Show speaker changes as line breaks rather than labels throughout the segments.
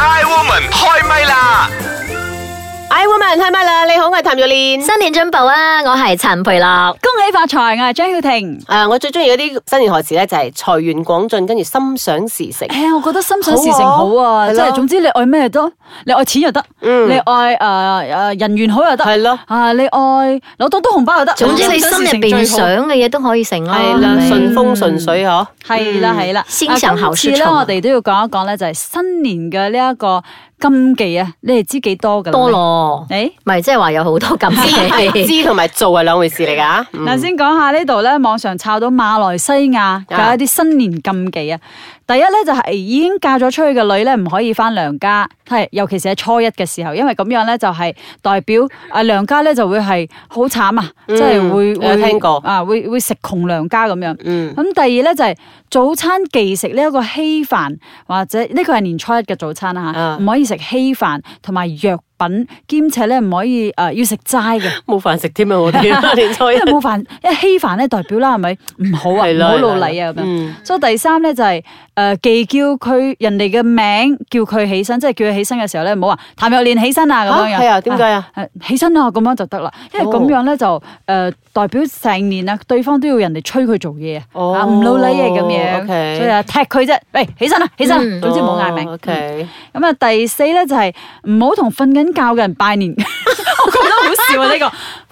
I Woman 開唛啦！
I woman 開唛啦！你好，我係譚玉蓮。
新年進步啊！我係陳培樂，
恭喜發財，我係張曉婷。
誒、我最中意嗰啲新年賀詞咧，就係財源廣進，跟住心想事 成。
誒，我覺得心想事成好啊，
好啊
即
係
係
咯
總之你愛咩都，你愛錢又得，
嗯
你愛誒誒人緣好又得，
係咯，
啊你愛攞多多紅包又得，
總之你心入邊想嘅嘢都可以成啦。
係啦，
係咪
順風順水嗬。
係啦係啦，
先上後
啊
說
今次咧
從
我哋都要講一講咧，就係新年嘅呢一個禁忌啊，你哋知幾多噶？
多。咯，
誒。
咪即係話有好多咁
係
嘅。
知同埋做係兩回事 嚟㗎。嗯啊
嗱，先講下呢度咧，網上抄到馬來西亞嘅一啲新年禁忌啊。第一咧就係已經嫁咗出去嘅女咧，唔可以翻娘家，係尤其是喺初一嘅時候，因為咁樣咧就係代表啊娘家咧就會係好慘啊，
嗯
即係會
我有
會
聽過
啊，會會食窮娘家咁樣。
嗯，
咁第二咧就係早餐忌食呢一個稀飯，或者呢個係年初一嘅早餐啦
啊
嚇，唔可以食稀飯同埋藥品，兼且咧唔可以誒要食齋嘅。
冇飯食添啊！ 我 哋年初一
因為冇飯，一稀飯咧代表啦，係咪唔好啊，
係
唔
啦
好老禮啊咁樣。
嗯
所以第三咧就係、誒、既叫佢人哋嘅名，叫佢起身，即係叫佢起身嘅時候咧，唔好話譚若蓮起身啊咁
嚇
樣樣。
係啊？點解啊？
誒起身啊，咁樣就得啦，因為
哦
咁樣咧就誒、呃代表成年啊，對方都要人哋催佢做嘢啊，
哦
啊唔老禮嘅咁樣
OK 哦
所以啊踢佢啫，喂起身啦，啊起身啦，
嗯
總之冇嗌名。
O K，
咁啊，第四咧就係唔好同瞓緊覺嘅人 拜年。我覺得好笑啊！呢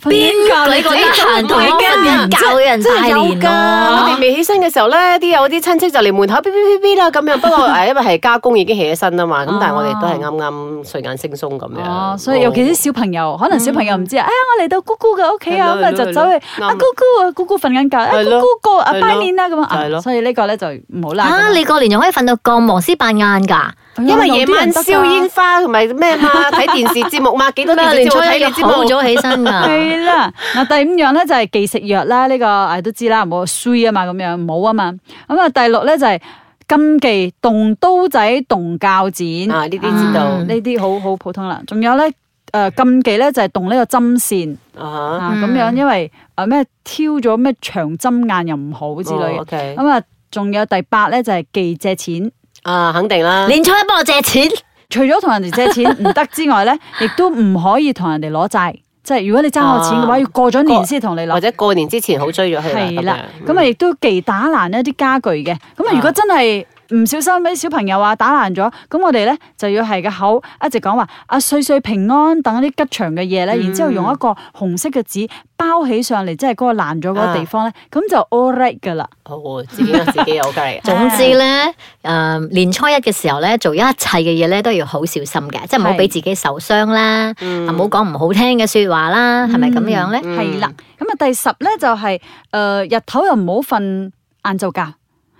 個瞓緊覺
你覺得閒同我瞓緊覺嘅人
真係
拜
有
年啊
㗎。我
咯
哋？未起身嘅時候咧，啲有啲親戚就嚟門口嗶嗶嗶嗶啦咁樣。 不過誒，因為係家公已經起咗身啦嘛，咁但係我哋都係啱啱睡眼惺忪咁樣。
哦，所以尤其啲小朋友，可能小朋友唔知啊，哎呀，我嚟到姑姑嘅屋企啊，
嗯係咯
咁啊
係咯
就走去
係咯
啊
啱
姑姑啊，姑姑瞓緊覺，啊
係咯
姑姑過啊
係咯
拜年啦咁
係
啊
咯
啊，所以呢個咧就唔 好啦。
啊，你過年仲可以瞓到咁黃絲扮眼㗎？
咁樣啊
因為
有
夜
啲
晚
人得㗎
燒煙花同埋咩嘛，睇電視節目嘛，幾多電
咩？
視
年
節
初
目睇
一
你
要
節目
好早起身 㗎。
係啦，嗱第五樣咧就係忌食藥啦，呢個誒都知啦，唔好衰啊嘛，咁樣唔好啊嘛。咁啊第六咧就係禁忌動刀仔、動鉸剪
啊呢啲知道
啊呢啲好好普通啦。仲有咧誒禁忌咧就係動呢個針線
啊
啊咁樣，因為誒咩挑咗咩長針眼又唔好
哈
之類
哦 Ờ,
嘅。
，OK
咁啊，仲有第八咧就係忌借錢，
啊，肯定啦，
年初一幫我借 錢，。
除咗同人哋借錢唔得之外咧，亦都唔可以同人哋攞債。即係如果你爭我錢嘅
啊
話，要過咗年先同你攞
或。者嗯過年之前好追咗佢啦，
係啦，
咁樣
咁啊亦都忌打爛一啲家具嘅。咁啊，如果真係唔小心俾小朋友啊打爛咗，咁我哋咧就要係個口一直講話啊歲歲平安等一啲吉祥嘅嘢咧，
嗯
然之後用一個紅色嘅紙包起上嚟，即係嗰個爛咗嗰個地方咧，咁就 all right 噶啦。
好自己有自己有計嚟
總之咧，誒年初一嘅時候咧，做一切嘅嘢咧都要好小心嘅，即係唔好
係
俾自己受傷啦，啊
嗯
唔好講唔好聽嘅説話啦，係咪咁樣咧？
嗯
係啦，咁啊第十咧就係、呃日頭又唔好瞓晏晝覺，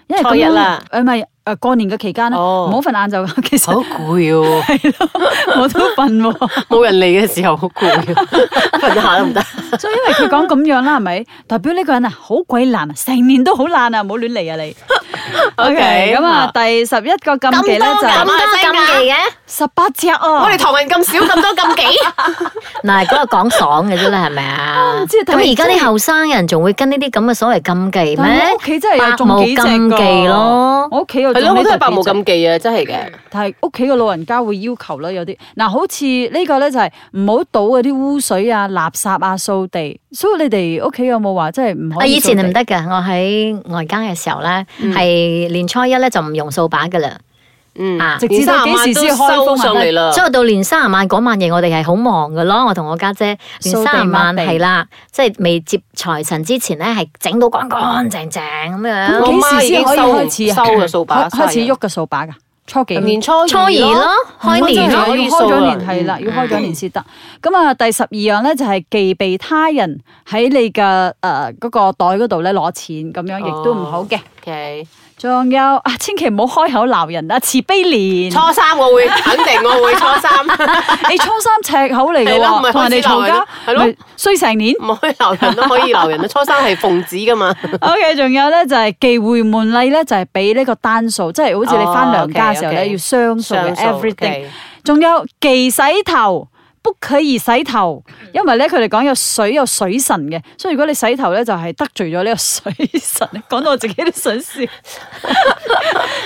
因為咁
初一
樣
啦
誒咪誒過年嘅期間咧，
哦
唔好瞓 晏晝覺。其
好
實
攰喎，
我都瞓喎。
冇人嚟嘅時候好攰喎，瞓下都唔得。
所以因為佢講咁樣啦，係咪代表呢個人啊好鬼爛啊，成年都好爛啊，唔好亂 嚟啊你。OK，咁啊，第十一個禁忌咧就
咁
係
多禁忌嘅，
十八隻啊。
我哋唐人咁少咁多禁忌，
嗱嗰個講爽嘅啫啦，係咪啊？
唔知但係
咁而家啲後生人仲會跟呢啲咁嘅所謂禁忌
但係
咩
我屋？企真係有
百無
中幾隻
禁
㗎
忌咯
我屋企有
係
種
咯，
呢
我都係
特
百
別
無
隻
禁忌啊，真係嘅。
但係屋企嘅老人家會要求啦，有啲嗱，好似呢個咧就係唔好倒嗰啲污水啊、垃圾啊、掃地。所以你哋屋企有冇話真係唔可
啊！
以？嗯
以前係唔，得嘅，我喺外間嘅時候咧，係年初一咧就唔用掃把嘅啦，
嗯
啊
直至到幾時先開
收
封
上嚟
啊？
啦？
所以到年三十晚嗰晚夜，我哋係好忙嘅咯。我同我家姐年三十晚
掃地抹地
係啦，即係未接財神之前咧，係整到乾乾淨淨咁
咁
樣。
我
幾
媽
時
已經
先可以
收
開始啊
收嘅掃把，
開開始
生日
喐嘅掃把㗎，初幾？啊
年初二
初二咯，開年
真係。
咯
可以
要開
掃
咗
啦
年係啦，
嗯
要開咗年先得。咁啊，第十二樣咧就係忌避他人喺你嘅誒嗰個袋嗰度咧攞錢，咁樣亦都唔好嘅。
，OK。
仲有啊，千祈唔好開口鬧人啊，慈悲蓮。
初三我會肯定我會初三，
你初三赤口嚟嘅
係咯唔係
喎，同人哋嘈
開始鬧人
交，
咯係
咪衰 成年。
唔可以鬧人都可以鬧人啦。初三係奉旨噶嘛，
OK，仲有咧就係忌回門禮咧，就係俾呢個單數，即係好似你翻
哦
娘家嘅時候咧，
OK，OK
要雙數
上
嘅
訴
everything。仲有忌洗頭。不可以洗頭，
嗯
因為咧佢哋講有水有水神嘅，所以如果你洗頭咧就係、得罪咗呢個水神。 講到我自己都想笑。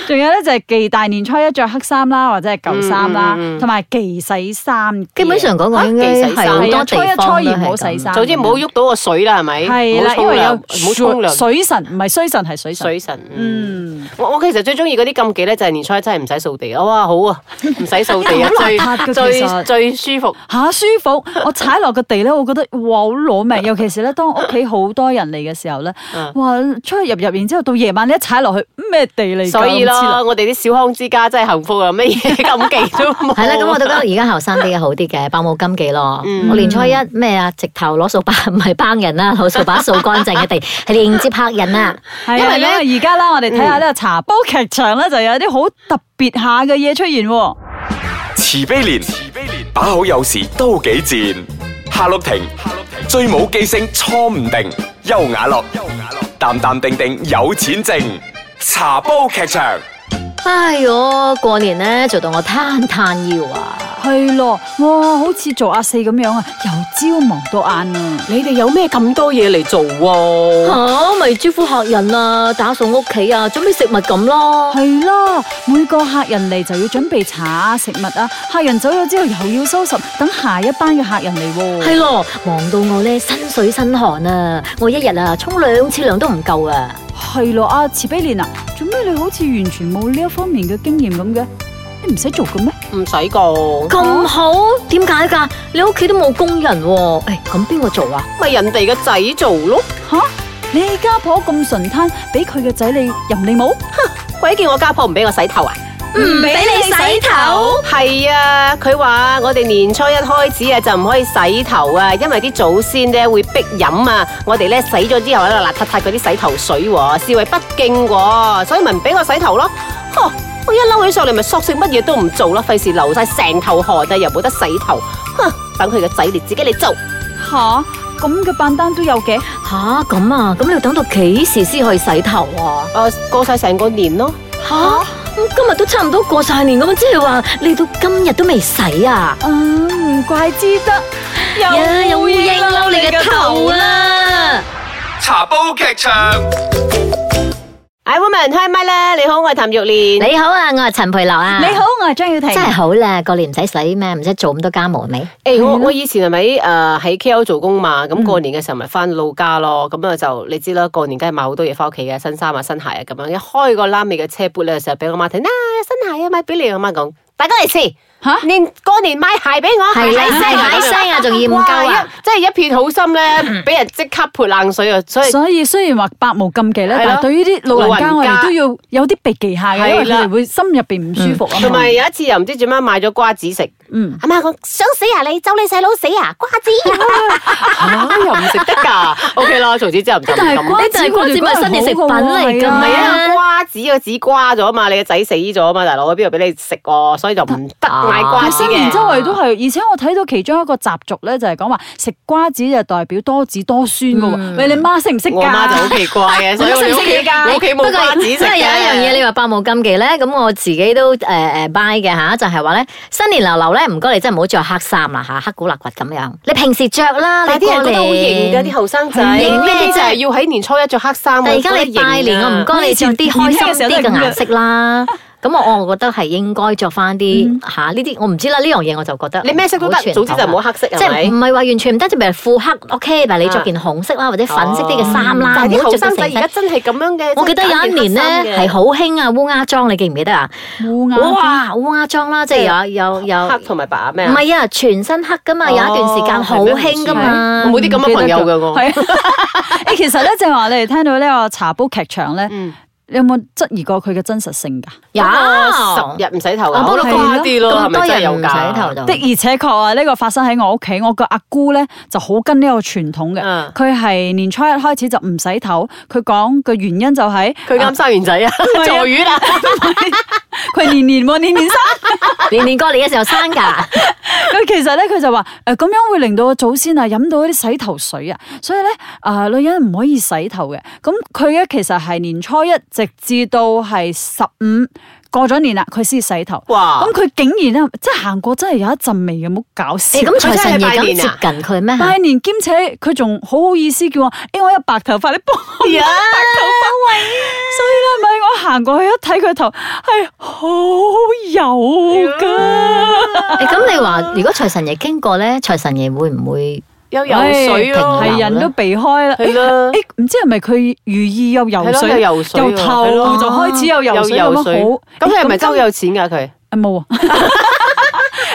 仲有咧就係忌大年初一着黑衫啦，或者係舊衫啦，
嗯嗯嗯
同埋忌洗衫嘅。
基本上講講應該係好多地方
係啊初一初二唔
都
好
係咁
洗衫
總之唔好喐到個水啦，係咪？
係
唔
啦，
好沖
因為有
涼唔好沖涼。
水神，唔係衰神係水神。
水神，嗯，
嗯，
我我其實最中意嗰啲禁忌咧，就係年初一真係唔使掃地啊！哇，好啊，唔使掃地啊
好邋遢，㗎
最
其實
最最舒服。
嚇、舒 服！我踩落個地咧，我覺得哇好攞命，尤其是咧當屋企好多人嚟嘅時候咧，
嗯
哇出去入入，然之後到夜晚你一踩落去嗯咩地嚟㗎？
所以
咁黐
咯，
落
我哋啲小康之家真係幸福啊！乜嘢 禁忌都冇。
係啦，咁我都覺 得而家後生啲嘅好啲嘅，爆冇禁忌咯。
嗯
我年初一咩啊，直頭攞掃把， 唔係幫人啦，攞掃把掃乾淨 嘅地，係迎接客人啊。
係
因
啊，
為呢嗯
因為而家啦，我哋睇下呢個茶煲劇場咧，就有啲好特別下嘅嘢出現喎。
慈悲蓮，慈悲蓮，把好有時都幾賤。夏綠庭，夏綠庭，最冇記性錯唔定。優雅樂，優雅樂，淡淡定定有錢剩。茶煲劇場，
哎喲，過年咧做到我攤攤腰啊！
係咯，哇，好似做阿四咁樣啊，由朝忙到晏啊。
你哋有咩咁多嘢嚟做喎、
吓，咪招呼客人啊，打掃屋企啊，準備食物咁咯。
係啦，每個客人嚟就要準備茶啊、食物啊，客人走咗之後又要收拾，等下一班嘅客人嚟喎。
係咯，忙到我咧身水身汗啊！我一日啊沖兩次涼都唔夠啊！
係咯，啊慈悲蓮啊，做咩你好似完全冇呢一方面嘅經驗咁嘅？你唔使做嘅咩？
唔使講，
咁好，點解㗎？你屋企都冇工人喎、誒咁邊個做啊？
咪人哋嘅仔做咯，
吓、你家婆咁純攤，俾佢嘅仔你任你冇？
鬼叫我家婆唔俾我洗頭啊！
唔俾你洗頭？
係啊，佢話我哋年初一開始啊就唔可以洗頭啊，因為啲祖先咧會逼飲啊，我哋咧洗咗之後喺度邋遢遢嗰啲洗頭水喎、視為不敬喎、所以咪唔俾我洗頭咯。呵，我一嬲起上嚟咪索性乜嘢都唔做啦，費事流晒成頭汗啊，又冇得洗頭。哼，等佢個仔你自己嚟做。
吓，咁嘅扮單都有嘅，
吓咁啊？咁你要等到幾時先可以洗頭啊？
誒、過晒成個年咯。
吓、咁啊今日都差唔多過晒年咁啊，即係話你到今日都未洗啊？
啊，唔怪之得，
呀有烏蠅嬲你嘅頭
啊！
啦！
茶煲劇場。
I woman hi my 啦，你好，我係譚玉蓮。
你好啊，我係陳培樂啊。
你好，，我係張耀
真係
婷。
好啦，過年唔使洗咩，唔使做咁多家務係咪？
誒、我我以前係咪誒喺 K.O. 做工嘛？咁過年嘅時候咪翻老家咯，咁啊就你知啦，過年梗係買好多嘢翻屋企嘅，新衫啊、新鞋啊咁樣。一開個拉尾嘅車杯咧，成日俾我媽睇，嗱、新鞋啊買俾你，我媽講，大家嚟試。
吓
年過年買鞋俾我，
係啦，
鞋
買
啊咁樣
聲啊，仲要唔夠
哇
啊！
一即係一片好心咧，俾人即刻潑冷水啊！所以
所以雖然話百無禁忌咧，
係咯
但係對於啲老人家，
老
我
人家
哋都要有啲避忌下嘅，因為
係啦
佢哋會心入邊唔舒服
同
啊嘛
埋。有一次又唔知做咩買咗瓜子食，
嗯，
阿媽講想死啊你，走你細佬死啊瓜子，嚇又唔食得㗎。O K 啦，從此之後唔就唔
但係
咁。
瓜
呢
子
就係瓜子咪新年食品嚟㗎
唔
嘛
係啊，瓜子個子瓜咗嘛，你個仔死咗嘛，大佬我邊度俾你食喎，所以就唔得買瓜
但
子
新年
嘅
周。圍都係，而且我睇到其中一個習俗咧，就係講話食瓜子就代表多子多孫嘅喎。喂，你媽識唔識
嗯我媽就好
㗎？
奇怪嘅， 所以我哋屋企我屋企冇瓜子食
不過真係有一樣嘢，
嘅。
你話百無禁忌咧，咁我自己都誒誒 buy 嘅吓，就係話咧新年流流咧，唔該你真係唔好着黑衫啦吓，黑古勒骨咁樣。你平時着啦，
但係
你
啲人
過
覺得好型㗎，
年
啲後生仔。
唔型咩
呢啲就
啫
係要喺年初一着黑衫。
但係而家你
啊
拜年，我唔
覺
該你着啲開心啲嘅顏色啦。咁我我覺得係應該着翻啲吓呢啲，我唔知啦呢樣嘢我就覺得
嗯你咩色都得
好傳，統
總之就唔好
啦
黑色
即
係咪哦啊
係唔？係話完全唔得，即係譬如褲黑 OK，但係你着件紅色啦或者粉色啲嘅衫啦，
哦但係
唔
啲
好
後
着到
生仔
成
而家
身。
真係咁樣嘅。
我記得有一年咧係好興啊烏鴉裝，你記唔記得啊？
烏鴉
哇！烏鴉裝啦，即係有有有，
黑同埋白咩
唔係啊，全身黑噶嘛，有一段時間好興噶嘛。
我冇啲咁
嗯
嘅朋友嘅我。
係啊誒，其實咧就係話你哋聽到呢個茶煲劇場咧，
嗯
你有冇質疑過佢嘅真實性㗎？
有
十日唔洗頭啊，
啊
我都
不過
誇啲咯，係
咁多
咪真係有
人唔
㗎？
洗頭就
的而且確啊，呢、個發生喺我屋企，我個阿姑咧就好跟呢個傳統嘅
嗯，
佢係、年初一開始就唔洗頭，佢講個原因就係、
佢啱生完仔啊，
啊
坐月啦，
佢年年喎，年 年生。
年年過年嘅時候生㗎，
佢其實咧，佢就話誒咁樣會令到個祖先啊飲到嗰啲洗頭水啊，所以咧啊、女人唔可以洗頭嘅。咁佢咧其實係年初一直至到係十五。過咗年啦，佢先洗頭。
哇
咁佢竟然咧，啊即係行過真係有一陣味嘅，冇搞笑。
誒咁
佢
財神爺
真係拜
咁接
年啊
近佢咩？
拜年兼且佢仲好好意思叫我，誒我有白頭髮，你幫我
哎呀啊
所以咧，咪我行過去一睇佢頭係好油
嗯
噶，
誒咁你話如果財神爺經過咧，財神爺會唔會？
有游水啊咯，
係人都避開啦。
係啦
誒誒唔知係咪佢寓意有游
係咯
水，
有游水喎
由頭
係咯
就開始有游
有
水咁樣
游水
好。哎
咁佢係咪
誒
真係好有錢㗎佢？
啊冇啊？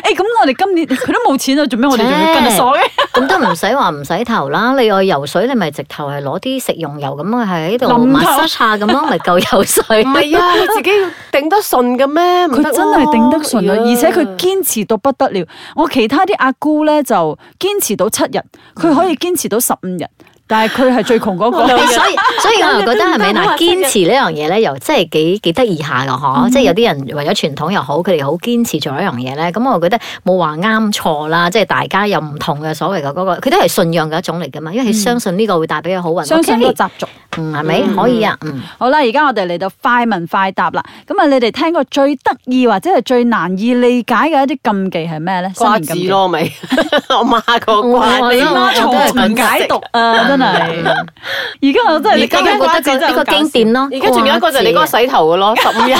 誒咁我哋今年佢都冇錢啊，做咩我哋仲要跟
切
佢傻嘅？
咁都唔使話唔洗頭啦，你愛游水，你咪直頭係攞啲食用油咁啊，係喺度
淋頭
massage 下咁咯，咪夠游 水。
唔 係啊，你自己頂得順嘅咩？唔
佢
得
真係頂得順啊，
咯
而且佢堅持到不得了。我其他啲阿姑咧就堅持到七日，佢可以堅持到十五日，但係佢係最窮嗰個。
哦所以所以我又覺得係咪嗱，堅持呢樣嘢咧，又真係幾幾得意下噶
嗯
嗬，即係有啲人為咗傳統又好，佢哋好堅持做一樣嘢咧。咁我覺得冇話啱錯啦，即係大家有唔同嘅所謂嘅嗰個，佢都係信仰嘅一種嚟噶嘛，
嗯
因為佢相信呢個會帶俾佢好運。
相信個
OK，
習俗。
嗯係咪可以啊？嗯，
好啦，而家我哋嚟到快問快答啦。咁啊，你哋聽過最得意或者係最難以理解嘅一啲禁忌係咩咧？新
瓜
年禁
子
忌，
咯，咪 我媽個瓜，
我
你
我
媽
我都係
唔
咁
解讀啊，真係。而家我真係
而
你
家
講緊
我
瓜
嗯覺得個
子真係
呢
好
個
搞笑
經典咯。
而家仲有一個就係你嗰個洗頭嘅 咯，十五日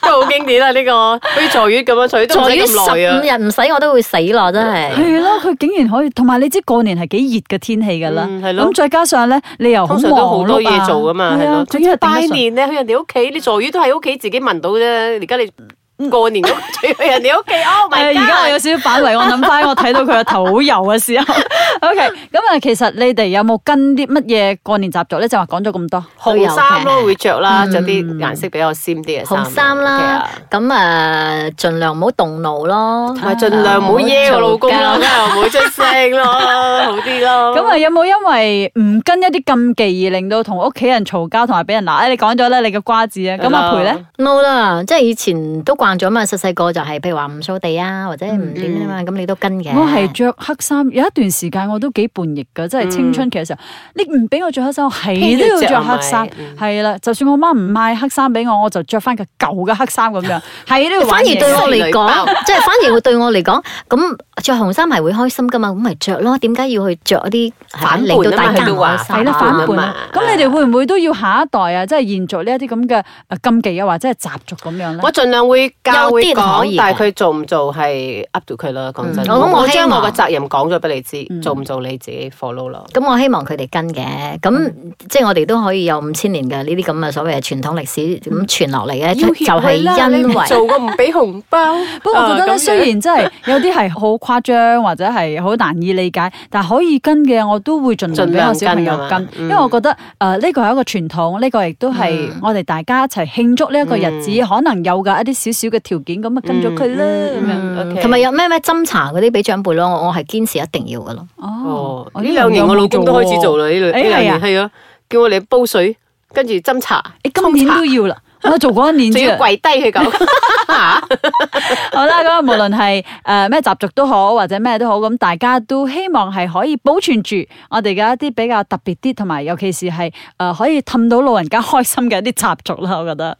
都好經典啦。呢個好似坐月咁樣，坐月都唔
在
使
於十
咁耐啊。
五日唔使我都會死咯，真
啊
係。
係咯，佢竟然可以，同埋你知過年係幾熱嘅天氣㗎啦，
嗯係咯
咁再加上咧，你又好
通
忙
常
碌
都
啊
好多嘢做噶嘛，
係
係
啊
咯。
總之係頂
拜
得順
年咧，去人哋屋企，你坐月都喺屋企自己聞到啫。而家你過 年嗰個就去人哋屋企，Oh
誒
my
哎而家我
god！
有少少反胃，我諗翻我睇到佢個頭好油嘅時候。OK，咁啊，其實你哋有冇跟啲乜嘢過年習俗咧？就話講咗咁多，
紅衫咯會着啦，
嗯
着啲顏色比較鮮啲嘅衫。
紅衫啦
OK 啊，
咁啊，盡量唔好動怒咯，
同埋盡量唔好
啊
惹我老 公
唔
咯，
好
梗
嘈交
係唔好出聲咯，好啲咯。
咁啊有冇因為唔跟一啲禁忌而令到同屋企人嘈交，同埋俾人鬧？誒，你講咗啦，你嘅瓜子啊，咁阿培咧，
no 啦，即係以前都慣咗嘛，細細個就係譬如話唔掃地啊，或者
嗯
唔點啊嘛，咁你都跟嘅。
我係着黑衫，有一段時間我都幾叛逆㗎，即係青春期嘅時候，你唔俾我着黑衫，我係都要着
偏要
黑衫
着係咪，
係啦，就算我媽唔買黑衫俾我，我就着翻個舊嘅黑衫咁樣，係都要
反
玩
而
嘢
對我
玩嘢
嚟
包
講， 即係反而會對我嚟講，咁着紅衫係會開心噶嘛，咁咪着咯。點解要去着一啲係咪
反叛啊嘛
令到大家
佢
唔
都話
開心？
係啦，反叛
嘛
啊！咁你哋會唔會都要下一代啊，即係延續呢一啲咁嘅呃禁忌啊，或者係習俗咁樣咧
我？盡量會教
有
會
啲可
講
以，嘅
但係佢做唔做係 up to 佢啦。講真，
嗯我咁我希
將
望
我嘅責任講咗俾你知，做唔做你自己 follow 咯。
咁我希望佢哋跟嘅，咁
嗯
即係我哋都可以有五千年嘅呢啲咁嘅所謂嘅傳統歷史
嗯
咁傳落嚟嘅，就就係因為。
做過唔俾紅包，
不過我覺得
啊咁
咧，
樣
雖然真係有啲係好誇張或者係好難以理解，但係可以跟嘅，我都會盡量俾我小朋友
盡量跟啊
跟
嘛，
因為我覺得誒呢個係一個傳統，呢個亦都係
嗯
我哋大家一齊慶祝呢一個日子，可能有嘅一啲少少嘅條件，咁啊跟咗佢啦咁樣。
嗯，OK
同埋有咩咩斟茶嗰啲俾長輩咯，我我係堅持一定要嘅咯。
哦，
我
呢兩年我老公都開始做啦，呢兩
哎
呢兩
係
年
啊，
係啊，叫我哋煲水，跟住斟茶，
誒今年 都要啦，我做嗰一年
仲
啫
要。跪低去 講。
好啦，咁啊，無論係誒咩習俗都好，或者咩都好，咁大家都希望係可以保存住我哋嘅一啲比較特別啲，同埋尤其是係誒、呃可以氹到老人家開心嘅一啲習俗啦，我覺得。